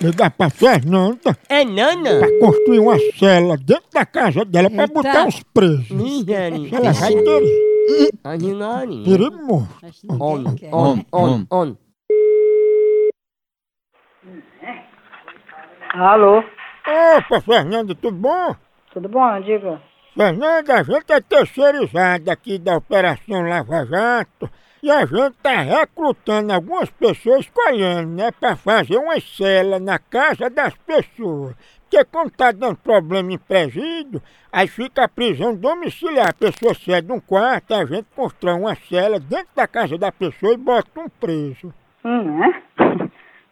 Você dá pra Fernanda É nana? pra construir uma cela dentro da casa dela pra Eita. botar os presos. Nani. Ela vai ter Nani. perigo morto. Acho que On, ninguém quer. on, on, on. Alô, Opa, Fernanda, tudo bom? tudo bom? Diga. Fernanda, a gente é terceirizado aqui da Operação Lava Jato e a gente tá recrutando algumas pessoas escolhendo, né, pra fazer uma cela na casa das pessoas. Porque quando tá dando problema em presídio, aí fica a prisão domiciliar. A pessoa cede um quarto, a gente constrói uma cela dentro da casa da pessoa e bota um preso. Hum, é?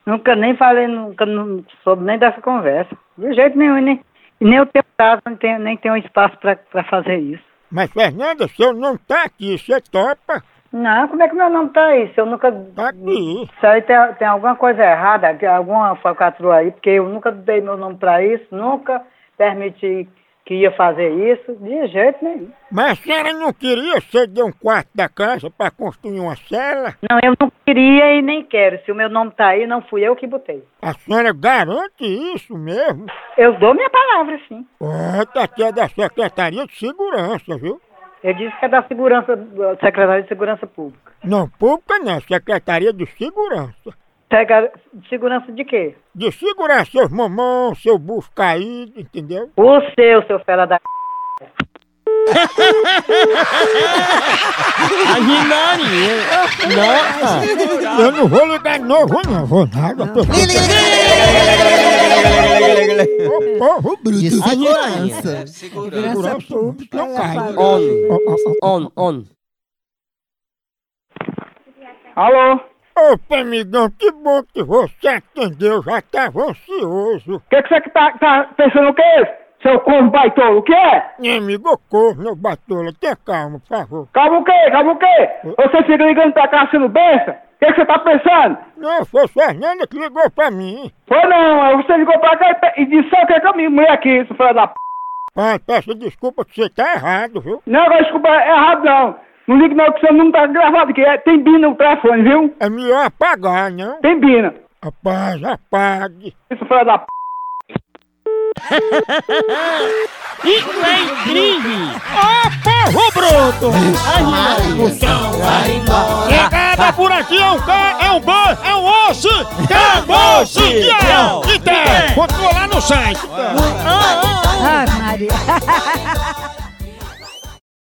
Nunca nem falei, nunca não soube nem dessa conversa. De jeito nenhum, nem, nem o teu caso, nem tem, nem tem um espaço pra, pra fazer isso. Mas, Fernanda, seu nome tá aqui, você topa? Não, como é que meu nome tá aí? Se eu nunca. Tá aqui. Isso aí tem, tem alguma coisa errada, tem alguma falcatrua aí, porque eu nunca dei meu nome pra isso, nunca permiti que ia fazer isso, de jeito nenhum. Mas a senhora não queria ceder um quarto da casa pra construir uma cela? Não, eu não queria e nem quero. Se o meu nome tá aí, não fui eu que botei. A senhora garante isso mesmo? Eu dou minha palavra, sim. Ó, tá até da Secretaria de Segurança, viu? Eu disse que é da segurança, da Secretaria de Segurança Pública. Não, pública não, Secretaria de Segurança. Sega- Segurança de quê? De segurar seus mamões, seu bucho caído, entendeu? O seu, seu fela da... Nani. Nossa. Eu não vou ligar de novo, não, vou nada. Ô, povo De bruto. segurança. Segurança pública. Não cai. ela fala. On, Ó, ó, ó. on, on. Alô? Ô, Pemigão, que bom que você atendeu, já tava ansioso. O que, que você que tá, tá pensando o quê? Seu corno baitolo, o que é? Meu amigo, corno, batola, tenha calma, por favor. Calma o quê? Calma o quê? Você fica ligando pra cá sendo benção? O que, que você tá pensando? Não, foi Fernanda que ligou pra mim. Foi não, aí você ligou pra cá e pe- e disse o que que eu me mulher aqui, seu fela da p... Pai, peço desculpa que você tá errado, viu? Não, agora desculpa, é errado não. Não liga não, que seu número tá gravado aqui. É, tem bina no telefone, viu? É melhor apagar, não? Tem bina. Rapaz, apague. Isso, fela da p... Isso é incrível. Porro É bruto! Chegada por aqui é um K, é um B, é um é? osso! Acabou-se! Tchau! E tem! Continua lá no site! Ah, Maria.